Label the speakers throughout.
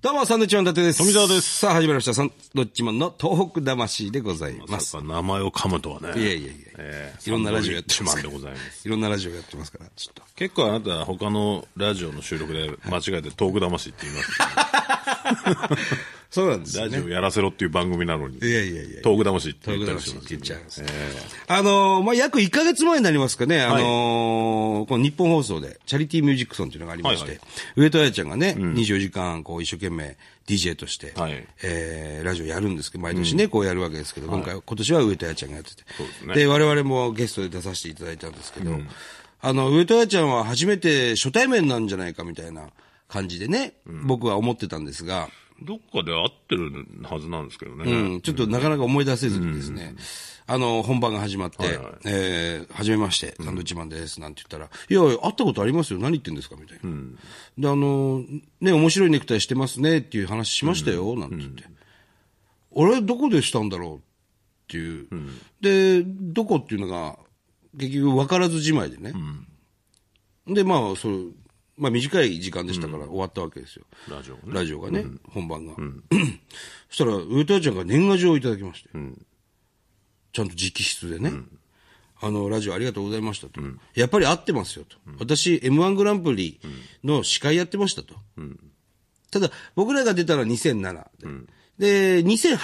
Speaker 1: どうも、サンドウィッチマン伊達です。。
Speaker 2: 富澤です
Speaker 1: さあ、始まりました。サンドウィッチマンの東北魂でございま。
Speaker 2: ますさか名前を噛むとはね。
Speaker 1: いやいやいや
Speaker 2: えー
Speaker 1: いろんなラジオやってます
Speaker 2: サンドウィッチマンでございます。
Speaker 1: いろんなラジオやってますから、ちょっと。
Speaker 2: 結構あなた他のラジオの収録で間違えてトーク魂って言いますね、
Speaker 1: そうなんですよ
Speaker 2: ラジ
Speaker 1: ね。
Speaker 2: オやらせろっていう番組なのに。
Speaker 1: いやいやいや。
Speaker 2: トーク魂って
Speaker 1: 東北
Speaker 2: 言ったりし
Speaker 1: 魂
Speaker 2: ま
Speaker 1: っ
Speaker 2: す
Speaker 1: て
Speaker 2: ね、
Speaker 1: 言っちゃいます。あのーまあ、約1ヶ月前になりますかね、あのーこの日本放送で、チャリティーミュージックソンっていうのがありまして、
Speaker 2: はいはい
Speaker 1: 上戸彩ちゃんがね、24時間、こう、一生懸命 DJ として、
Speaker 2: はい
Speaker 1: えーラジオやるんですけど、毎年ね、こうやるわけですけど、今回、今年は上戸彩ちゃんがやってて、
Speaker 2: そうですね
Speaker 1: で、我々もゲストで出させていただいたんですけど、あの、上戸彩ちゃんは初めて初対面なんじゃないかみたいな感じでね、僕は思ってたんですが、
Speaker 2: どっかで合ってるはずなんですけどね。
Speaker 1: うんちょっとなかなか思い出せずにですね、あの、本番が始まって、
Speaker 2: はい
Speaker 1: えー、はじめまして、サンドウィッチマンです、なんて言ったら、いやいや、会ったことありますよ、何言ってんですか、みたいな。で、あの、ね、面白いネクタイしてますね、っていう話しましたよ、なんて言って。俺、どこでしたんだろうっていう。で、どこっていうのが、結局分からずじまいでね。で、まあ、そう、まあ短い時間でしたから終わったわけですよ。
Speaker 2: ラジオね。
Speaker 1: ラジオがね、本番が。 そしたら、上戸彩ちゃんが年賀状をいただきまして、ちゃんと直筆でね、あの、ラジオありがとうございましたと。やっぱり合ってますよと。私、M1 グランプリの司会やってましたと。ただ、僕らが出たら2007で、で、2008、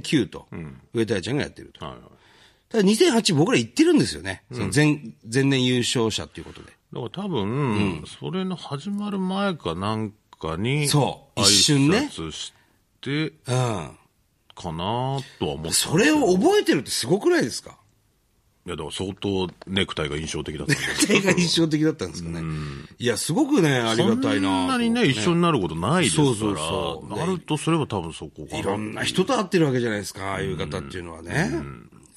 Speaker 1: 2009と、上戸彩ちゃんがやってると。
Speaker 2: はいはい。
Speaker 1: ただ、2008僕ら行ってるんですよね。その前、前年優勝者っていうことで。
Speaker 2: だから多分、それの始まる前かなんかに、
Speaker 1: そう一瞬ね
Speaker 2: 挨拶して、
Speaker 1: うん。
Speaker 2: かなとは思って。
Speaker 1: それを覚えてるってすごくないですか
Speaker 2: いや、だから相当ネクタイが印象的だったんです
Speaker 1: 絶対が印象的だったんですかね。いや、すごくね、ありがたいな。
Speaker 2: そんなにね、一緒になることないですから。
Speaker 1: そうそうそう
Speaker 2: なるとすれば多分そこか
Speaker 1: い
Speaker 2: な
Speaker 1: ろんな人と会ってるわけじゃないですか、ああいう方っていうのはね。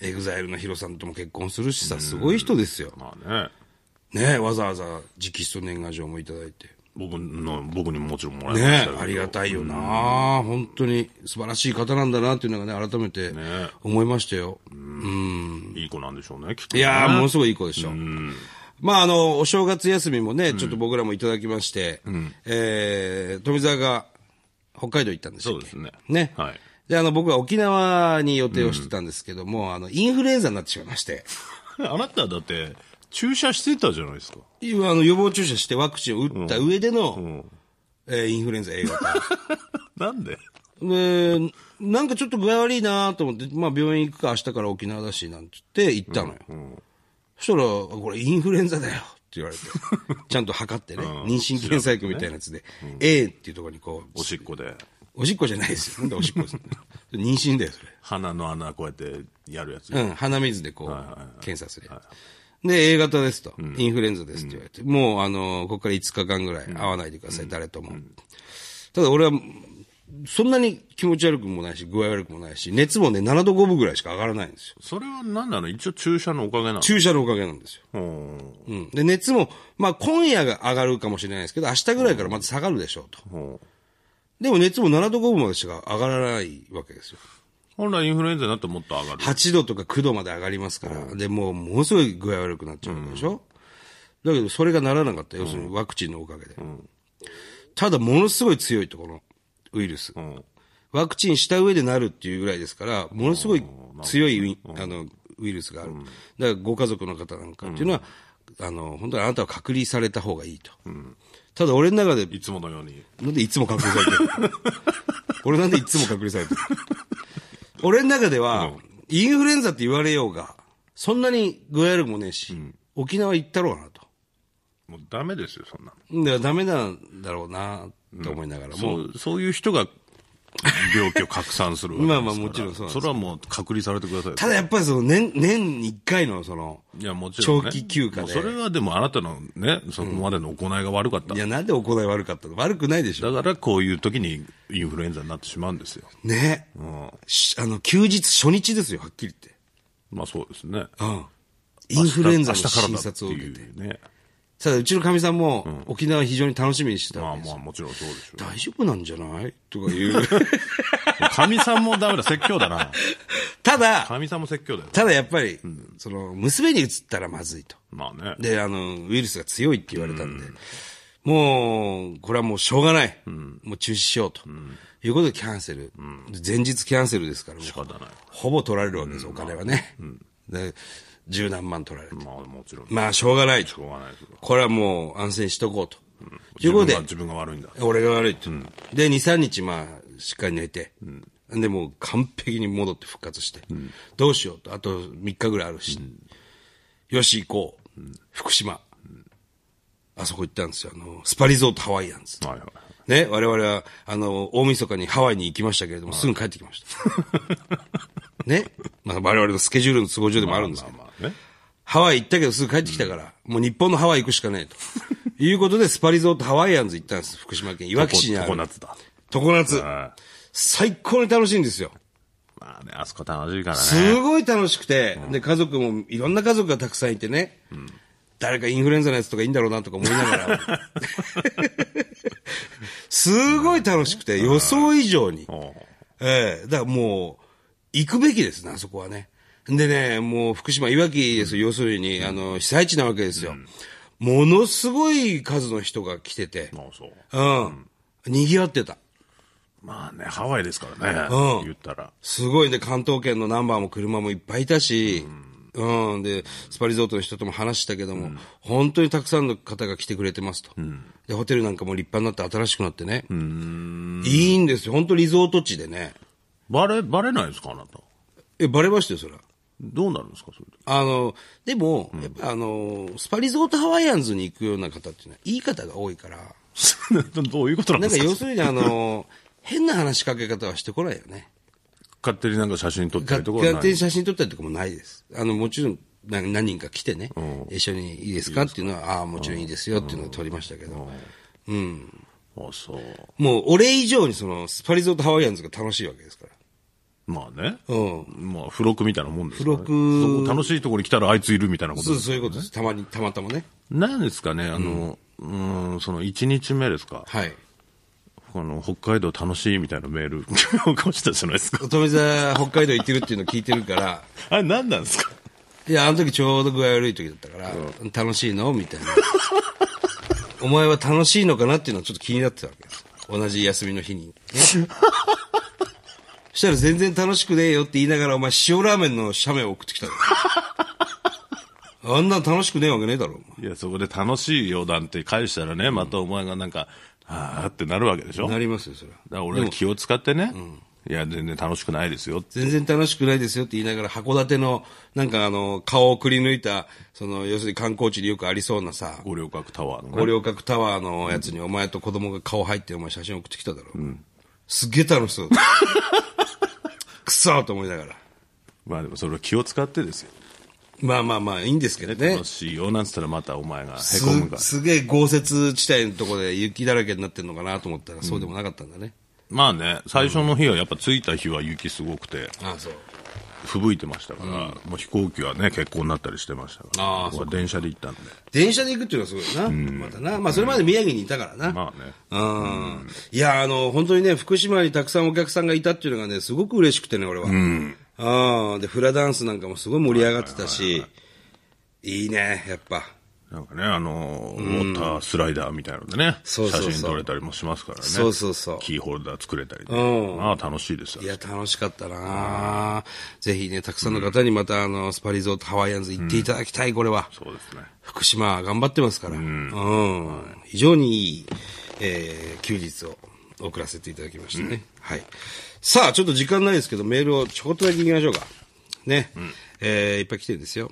Speaker 1: エグザイルのヒロさんとも結婚するしさ、すごい人ですよ。
Speaker 2: まあね。
Speaker 1: ねわざわざ直筆年賀状もいただいて。
Speaker 2: 僕の、僕にももちろんもらいました
Speaker 1: ね
Speaker 2: けど
Speaker 1: ありがたいよな、本当に素晴らしい方なんだなっていうのがね、改めて思いましたよ。
Speaker 2: いい子なんでしょうね、きっと、
Speaker 1: い
Speaker 2: ね。
Speaker 1: やー、ものすごいいい子でしょ。まあ、あの、お正月休みもね、ちょっと僕らもいただきまして、えー、富澤が北海道行ったんですよ。
Speaker 2: そうですね
Speaker 1: ね。
Speaker 2: はい
Speaker 1: で、あの、僕は沖縄に予定をしてたんですけども、あの、インフルエンザになってしまいまして、
Speaker 2: あなただって、注射してたじゃないですか。
Speaker 1: 今、あの、予防注射してワクチンを打った上での、えーインフルエンザ A 型。
Speaker 2: なんで
Speaker 1: で、なんかちょっと具合悪いなと思って、まあ病院行くか明日から沖縄だし、なんて言って行ったのよ。そしたら、これインフルエンザだよって言わ れて、ちゃんと測ってね、妊娠検査薬みたいなやつで、A っていうところにこう、
Speaker 2: おしっこで、
Speaker 1: おしっこじゃないですよ。なんでおしっこです 妊娠だよ、それ。
Speaker 2: 鼻の穴こうやってやるやつ。
Speaker 1: うん、鼻水でこう、検査するやつ。で、A 型ですと、インフルエンザですって言われて、もう、あの、ここから5日間ぐらい会わないでください、誰とも。ただ俺は、そんなに気持ち悪くもないし、具合悪くもないし、熱もね、7度5分ぐらいしか上がらないんですよ。
Speaker 2: それは何なの一応注射のおかげなの
Speaker 1: 注射のおかげなんですよ。
Speaker 2: うん
Speaker 1: うん。で、熱も、まあ、今夜が上がるかもしれないですけど、明日ぐらいからまた下がるでしょうと。
Speaker 2: うん
Speaker 1: でも熱も7度5分までしか上がらないわけですよ。
Speaker 2: 本来インフルエンザになったらもっと上がる。
Speaker 1: 8度とか9度まで上がりますから、で、もう、ものすごい具合悪くなっちゃうわけでしょ、だけど、それがならなかった。要するに、ワクチンのおかげで。ただ、ものすごい強いと、このウイルス。
Speaker 2: うん
Speaker 1: ワクチンした上でなるっていうぐらいですから、ものすごい強いウイ,、あのウイルスがある。だから、ご家族の方なんかっていうのは、あの、本当にあなたは隔離された方がいいと。ただ、俺の中で、
Speaker 2: いつものように。
Speaker 1: なんでいつも隔離さ れてる俺なんでいつも隔離されてる俺の中では、インフルエンザって言われようが、そんなに具合悪くもねえし、沖縄行ったろうなと。
Speaker 2: もうダメですよ、そんなの。
Speaker 1: だからダメなんだろうなと思いながらも、
Speaker 2: そう、そういう人が病気を拡散するわけですから
Speaker 1: まあまあもちろんそうなんです
Speaker 2: それはもう隔離されてください。
Speaker 1: ただやっぱりその年、年に一回のその、
Speaker 2: いや、もちろん、ね。
Speaker 1: 長期休暇で
Speaker 2: もうそれはでもあなたのね、そこまでの行いが悪かった。
Speaker 1: いやなんで行い悪かったの悪くないでしょ。
Speaker 2: だからこういう時にインフルエンザになってしまうんですよ。
Speaker 1: ね、しあの、休日初日ですよ、はっきり言って。
Speaker 2: まあそうですね。
Speaker 1: うん。インフルエンザの
Speaker 2: 明日から
Speaker 1: 診
Speaker 2: だって
Speaker 1: 察を受けて。
Speaker 2: いうね。
Speaker 1: ただ、うちのかみさんも、沖縄非常に楽しみにしてた
Speaker 2: ま
Speaker 1: わ
Speaker 2: あ
Speaker 1: けですよ
Speaker 2: まあもちろんそうでしょ
Speaker 1: 大丈夫なんじゃないとか言う。
Speaker 2: う。かみさんもダメだ、説教だな。
Speaker 1: ただ、
Speaker 2: かみさんも説教だよ。
Speaker 1: ただやっぱり、その、娘に移ったらまずいと。
Speaker 2: まあね。
Speaker 1: で、あの、ウイルスが強いって言われたんで、もう、これはもうしょうがない。もう中止しようと。いうことでキャンセル。前日キャンセルですから、もう
Speaker 2: 仕方ない。
Speaker 1: ほぼ取られるわけです、お金はね。で、十何万取られて。
Speaker 2: まあもちろん。
Speaker 1: まあ、しょうがない
Speaker 2: しょ
Speaker 1: と。
Speaker 2: うがないですよ。
Speaker 1: これはもう安静にしとこうと。ということで、
Speaker 2: 自分が自分が悪いんだ。
Speaker 1: 俺が悪いと。で、2、3日、まあ、しっかり寝て。で、もう完璧に戻って復活して。どうしようと。あと3日ぐらいあるし。よし、行こう。福島。あそこ行ったんですよ。あの、スパリゾートハワイアンズ。
Speaker 2: はいはい。
Speaker 1: ね、我々は、あの、大晦日にハワイに行きましたけれども、すぐ帰ってきました。 ね。まあ、我々のスケジュールの都合上でもあるんですけど。
Speaker 2: まあね。
Speaker 1: ハワイ行ったけどすぐ帰ってきたから、もう日本のハワイ行くしかねえと。 いうことで、スパリゾートハワイアンズ行ったんです。福島県いわき市にあ
Speaker 2: ココナ
Speaker 1: る。
Speaker 2: ッツだ。
Speaker 1: 常夏。
Speaker 2: はい
Speaker 1: 最高に楽しいんですよ。
Speaker 2: まあね、あそこ楽しいからね。
Speaker 1: すごい楽しくて、で、家族も、いろんな家族がたくさんいてね、誰かインフルエンザのやつとかいいんだろうなとか思いながら、 すごい楽しくて、予想以上に。
Speaker 2: おう
Speaker 1: ええだからもう、行くべきですね、あそこはね。でね、もう福島、いわきですよ、要するに、あの、被災地なわけですよ。ものすごい数の人が来てて、
Speaker 2: まあそう。
Speaker 1: うん。賑わってた。
Speaker 2: まあね、ハワイですからね。
Speaker 1: うん
Speaker 2: 言ったら。
Speaker 1: すごいね、関東圏のナンバーも車もいっぱいいたし、うん、で、スパリゾートの人とも話したけども、本当にたくさんの方が来てくれてますと。で、ホテルなんかも立派になって新しくなってね。いいんですよ、本当リゾート地でね。
Speaker 2: バレ、バレないですかあなた。
Speaker 1: え、バレましたよ、それは。
Speaker 2: どうなるんですかそれで。
Speaker 1: あの、でも、やっぱあの、スパリゾートハワイアンズに行くような方っていうのは、言い方が多いから、
Speaker 2: どういうことなん
Speaker 1: な
Speaker 2: で
Speaker 1: ん か
Speaker 2: すか
Speaker 1: 要するにあ の、変な話しかけ方はしてこないよね。
Speaker 2: 勝手になんか写真撮ったり
Speaker 1: 勝
Speaker 2: とかはな
Speaker 1: 手
Speaker 2: い
Speaker 1: に。写真撮ったりとかもないです。あの、もちろん、な何人か来てね、一緒にいいですかっていうのは、ああ、もちろんいいですよっていうのを撮りましたけど、
Speaker 2: あ、そう。
Speaker 1: もう俺以上にその、スパリゾートハワイアンズが楽しいわけですから。
Speaker 2: まあね。
Speaker 1: うん。
Speaker 2: まあ、付録みたいなもんですからね
Speaker 1: 付録
Speaker 2: そこ楽しいところに来たらあいついるみたいなこと
Speaker 1: そう
Speaker 2: です
Speaker 1: そういうことです。たまに、たまたまね。
Speaker 2: なんですかね、あの、うーん、その1日目ですか。
Speaker 1: はい。
Speaker 2: この、北海道楽しいみたいなメール、 起こしたじゃないですか。
Speaker 1: 乙女座、北海道行ってるっていうの聞いてるから、
Speaker 2: あれ何なんですか
Speaker 1: いや、あの時ちょうど具合悪い時だったから、楽しいのみたいな。 お前は楽しいのかなっていうのはちょっと気になってたわけです。同じ休みの日に、ね。 そしたら全然楽しくねえよって言いながら、お前塩ラーメンの写メを送ってきたのあんなの楽しくねえわけねえだろ、お
Speaker 2: いや、そこで楽しいよなんて返したらね、またお前がなんか、あーってなるわけでしょ
Speaker 1: 前。
Speaker 2: だ
Speaker 1: な
Speaker 2: か
Speaker 1: りますよ、それは。
Speaker 2: ら俺は気を使ってね、いや、全然楽しくないですよ。
Speaker 1: 全然楽しくないですよって言いながら、函館の、なんかあの、顔をくり抜いた、その、要するに観光地によくありそうなさ、
Speaker 2: 五稜郭タワーの
Speaker 1: 五
Speaker 2: ね。
Speaker 1: 稜郭タワーのやつにお前と子供が顔入ってお前写真送ってきただろ。すっげえ楽しそうだった。くそーと思いながら。
Speaker 2: まあでもそれは気を使ってですよ。
Speaker 1: まあまあまあ、いいんですけどね
Speaker 2: 楽。しいよなんつったらまたお前がへ
Speaker 1: す
Speaker 2: こむから。
Speaker 1: すげえ豪雪地帯のとこで雪だらけになってんのかなと思ったら、そうでもなかったんだね。
Speaker 2: まあね、最初の日はやっぱ着いた日は雪すごくて、
Speaker 1: ああ、そう。
Speaker 2: 吹雪いてましたから、もう飛行機はね、欠航になったりしてましたから、
Speaker 1: あー
Speaker 2: 僕は電車で行ったんで。
Speaker 1: 電車で行くっていうのはすごいな。またな。まあそれまで宮城にいたからな。
Speaker 2: まあね。
Speaker 1: うんいや、あの、本当にね、福島にたくさんお客さんがいたっていうのがね、すごく嬉しくてね、俺は。ああで、フラダンスなんかもすごい盛り上がってたし、いいね、やっぱ。
Speaker 2: なんかね、あのーウォータースライダーみたいなのでね、
Speaker 1: そうそうそう
Speaker 2: 写真撮れたりもしますからね。
Speaker 1: そうそうそう
Speaker 2: キーホルダー作れたりね。
Speaker 1: うん
Speaker 2: まあ楽しいですよ
Speaker 1: い。や、楽しかったなぜひね、たくさんの方にまた、あの、スパリゾートハワイアンズ行っていただきたい、これは。
Speaker 2: そうですね。
Speaker 1: 福島は頑張ってますから。うん。非常にいい、えー休日を送らせていただきましたね。はい。さあ、ちょっと時間ないですけど、メールをちょこっとだけ行きましょうか。ね。えーいっぱい来てるんですよ。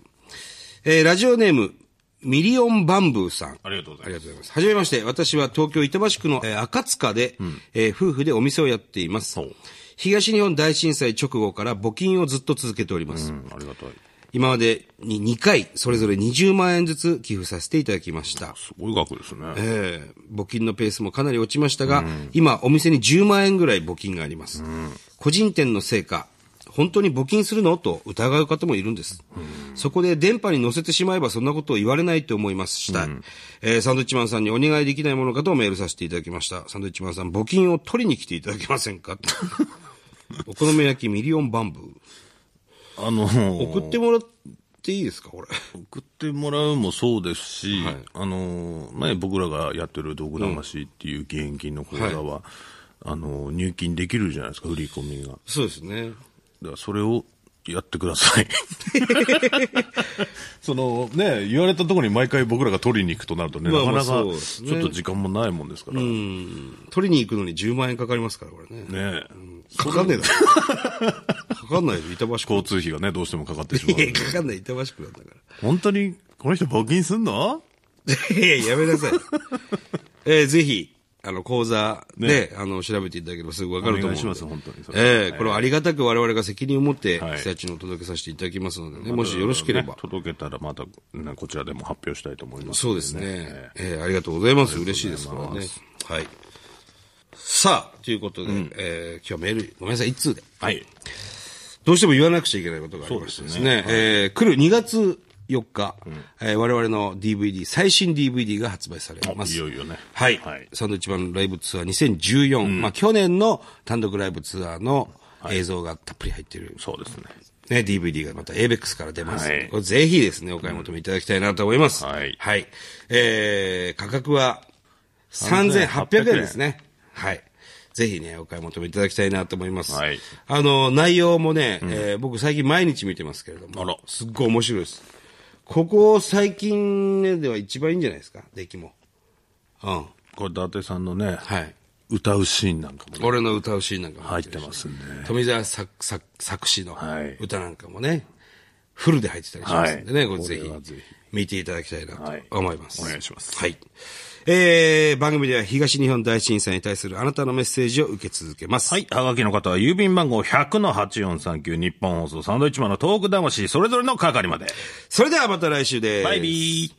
Speaker 1: えーラジオネーム、ミリオンバンブーさん。
Speaker 2: ありがとうご
Speaker 1: あ
Speaker 2: ざい
Speaker 1: りが
Speaker 2: ます。
Speaker 1: とうございます。はじめまして、私は東京板橋区の、えー赤塚で、えー夫婦でお店をやっています
Speaker 2: ほう。
Speaker 1: 東日本大震災直後から募金をずっと続けております。
Speaker 2: うん、ありがたい。
Speaker 1: 今までに2回、それぞれ20万円ずつ寄付させていただきました。
Speaker 2: すごい額ですね。
Speaker 1: ええ募金のペースもかなり落ちましたが、今、お店に10万円ぐらい募金があります。個人店の成果、本当に募金するのと疑う方もいるんです。そこで電波に乗せてしまえばそんなことを言われないと思いますしたい、えーサンドイッチマンさんにお願いできないものかとメールさせていただきました。サンドイッチマンさん、募金を取りに来ていただけませんか お好み焼きミリオンバンブー。
Speaker 2: あのー
Speaker 1: 送ってもらっっていいですか、これ。
Speaker 2: 送ってもらうもそうですし、あの前僕らがやってる道具魂っていう現金の口座は、あの入金できるじゃないですか、振り込みが。だか
Speaker 1: そうですね。
Speaker 2: らそれをやってくだ さい。そのね、言われたところに毎回僕らが取りに行くとなるとね、
Speaker 1: まあ
Speaker 2: なかなかち
Speaker 1: まあそう
Speaker 2: ょ
Speaker 1: ですね
Speaker 2: っと時間もないもんですから、ね
Speaker 1: 取りに行くのに10万円かかりますから、これね。かかんねえだ ろ。かかんないよ、板橋区。
Speaker 2: 交通費がね、どうしてもかかってしま
Speaker 1: いうや。かかんない、板橋区なんだか
Speaker 2: 本当に、この人募金すんの
Speaker 1: ら。いやいや、やめな さい。えーぜひ、あの、講座で、あの、調べていただければすぐわかると思うんで。
Speaker 2: お願いします本当にそれ
Speaker 1: ええこれはありがたく我々が責任を持って、
Speaker 2: はい
Speaker 1: リサーチのお届けさせていただきますのでね、もしよろしければ
Speaker 2: ね。届けたらまた、ねこちらでも発表したいと思います
Speaker 1: そう
Speaker 2: の
Speaker 1: で
Speaker 2: で。
Speaker 1: すね。ええありがとうございます。嬉しいですからね。はい。さあ、ということで、えー今日メール、ごめんなさい、一通で。
Speaker 2: はい。
Speaker 1: どうしても言わなくちゃいけないことがありましてですね、えー来る2月4日、えー我々の DVD、最新 DVD が発売されま
Speaker 2: あ
Speaker 1: す。
Speaker 2: いよいよね
Speaker 1: はい。
Speaker 2: はい
Speaker 1: サンドウィッチマンのライブツアー2014、まあ去年の単独ライブツアーの映像がたっぷり入ってる、
Speaker 2: そうですね。
Speaker 1: ね、DVD がまた ABEX から出ます、
Speaker 2: はい
Speaker 1: これぜひですね、お買い求めいただきたいなと思います。
Speaker 2: うんはい
Speaker 1: はい。えー、価格は3800円ですね。はい。ぜひね、お買い求めいただきたいなと思います。
Speaker 2: はい
Speaker 1: あの、内容もね、えー僕最近毎日見てますけれども、
Speaker 2: あら
Speaker 1: すっごい面白いです。ここ最近ねでは一番いいんじゃないですか、出来も。うん。
Speaker 2: これ、伊達さんのね、
Speaker 1: はい。
Speaker 2: 歌うシーンなんかもね、
Speaker 1: 俺の歌うシーンなんかも
Speaker 2: 入ってますんで。
Speaker 1: 富澤作作作詞の
Speaker 2: はい
Speaker 1: 歌なんかもね、フルで入ってたりしますんでね、
Speaker 2: はい
Speaker 1: これぜ
Speaker 2: これは
Speaker 1: ひ
Speaker 2: ぜひ
Speaker 1: 見ていただきたいなと思います。
Speaker 2: はいお願いします
Speaker 1: はい。えー、番組では東日本大震災に対するあなたのメッセージを受け続けます。
Speaker 2: はい。はがきの方は、郵便番号100-8439、日本放送、サンドイッチマンのトーク魂、それぞれの係まで。
Speaker 1: それではまた来週です。
Speaker 2: バイビー。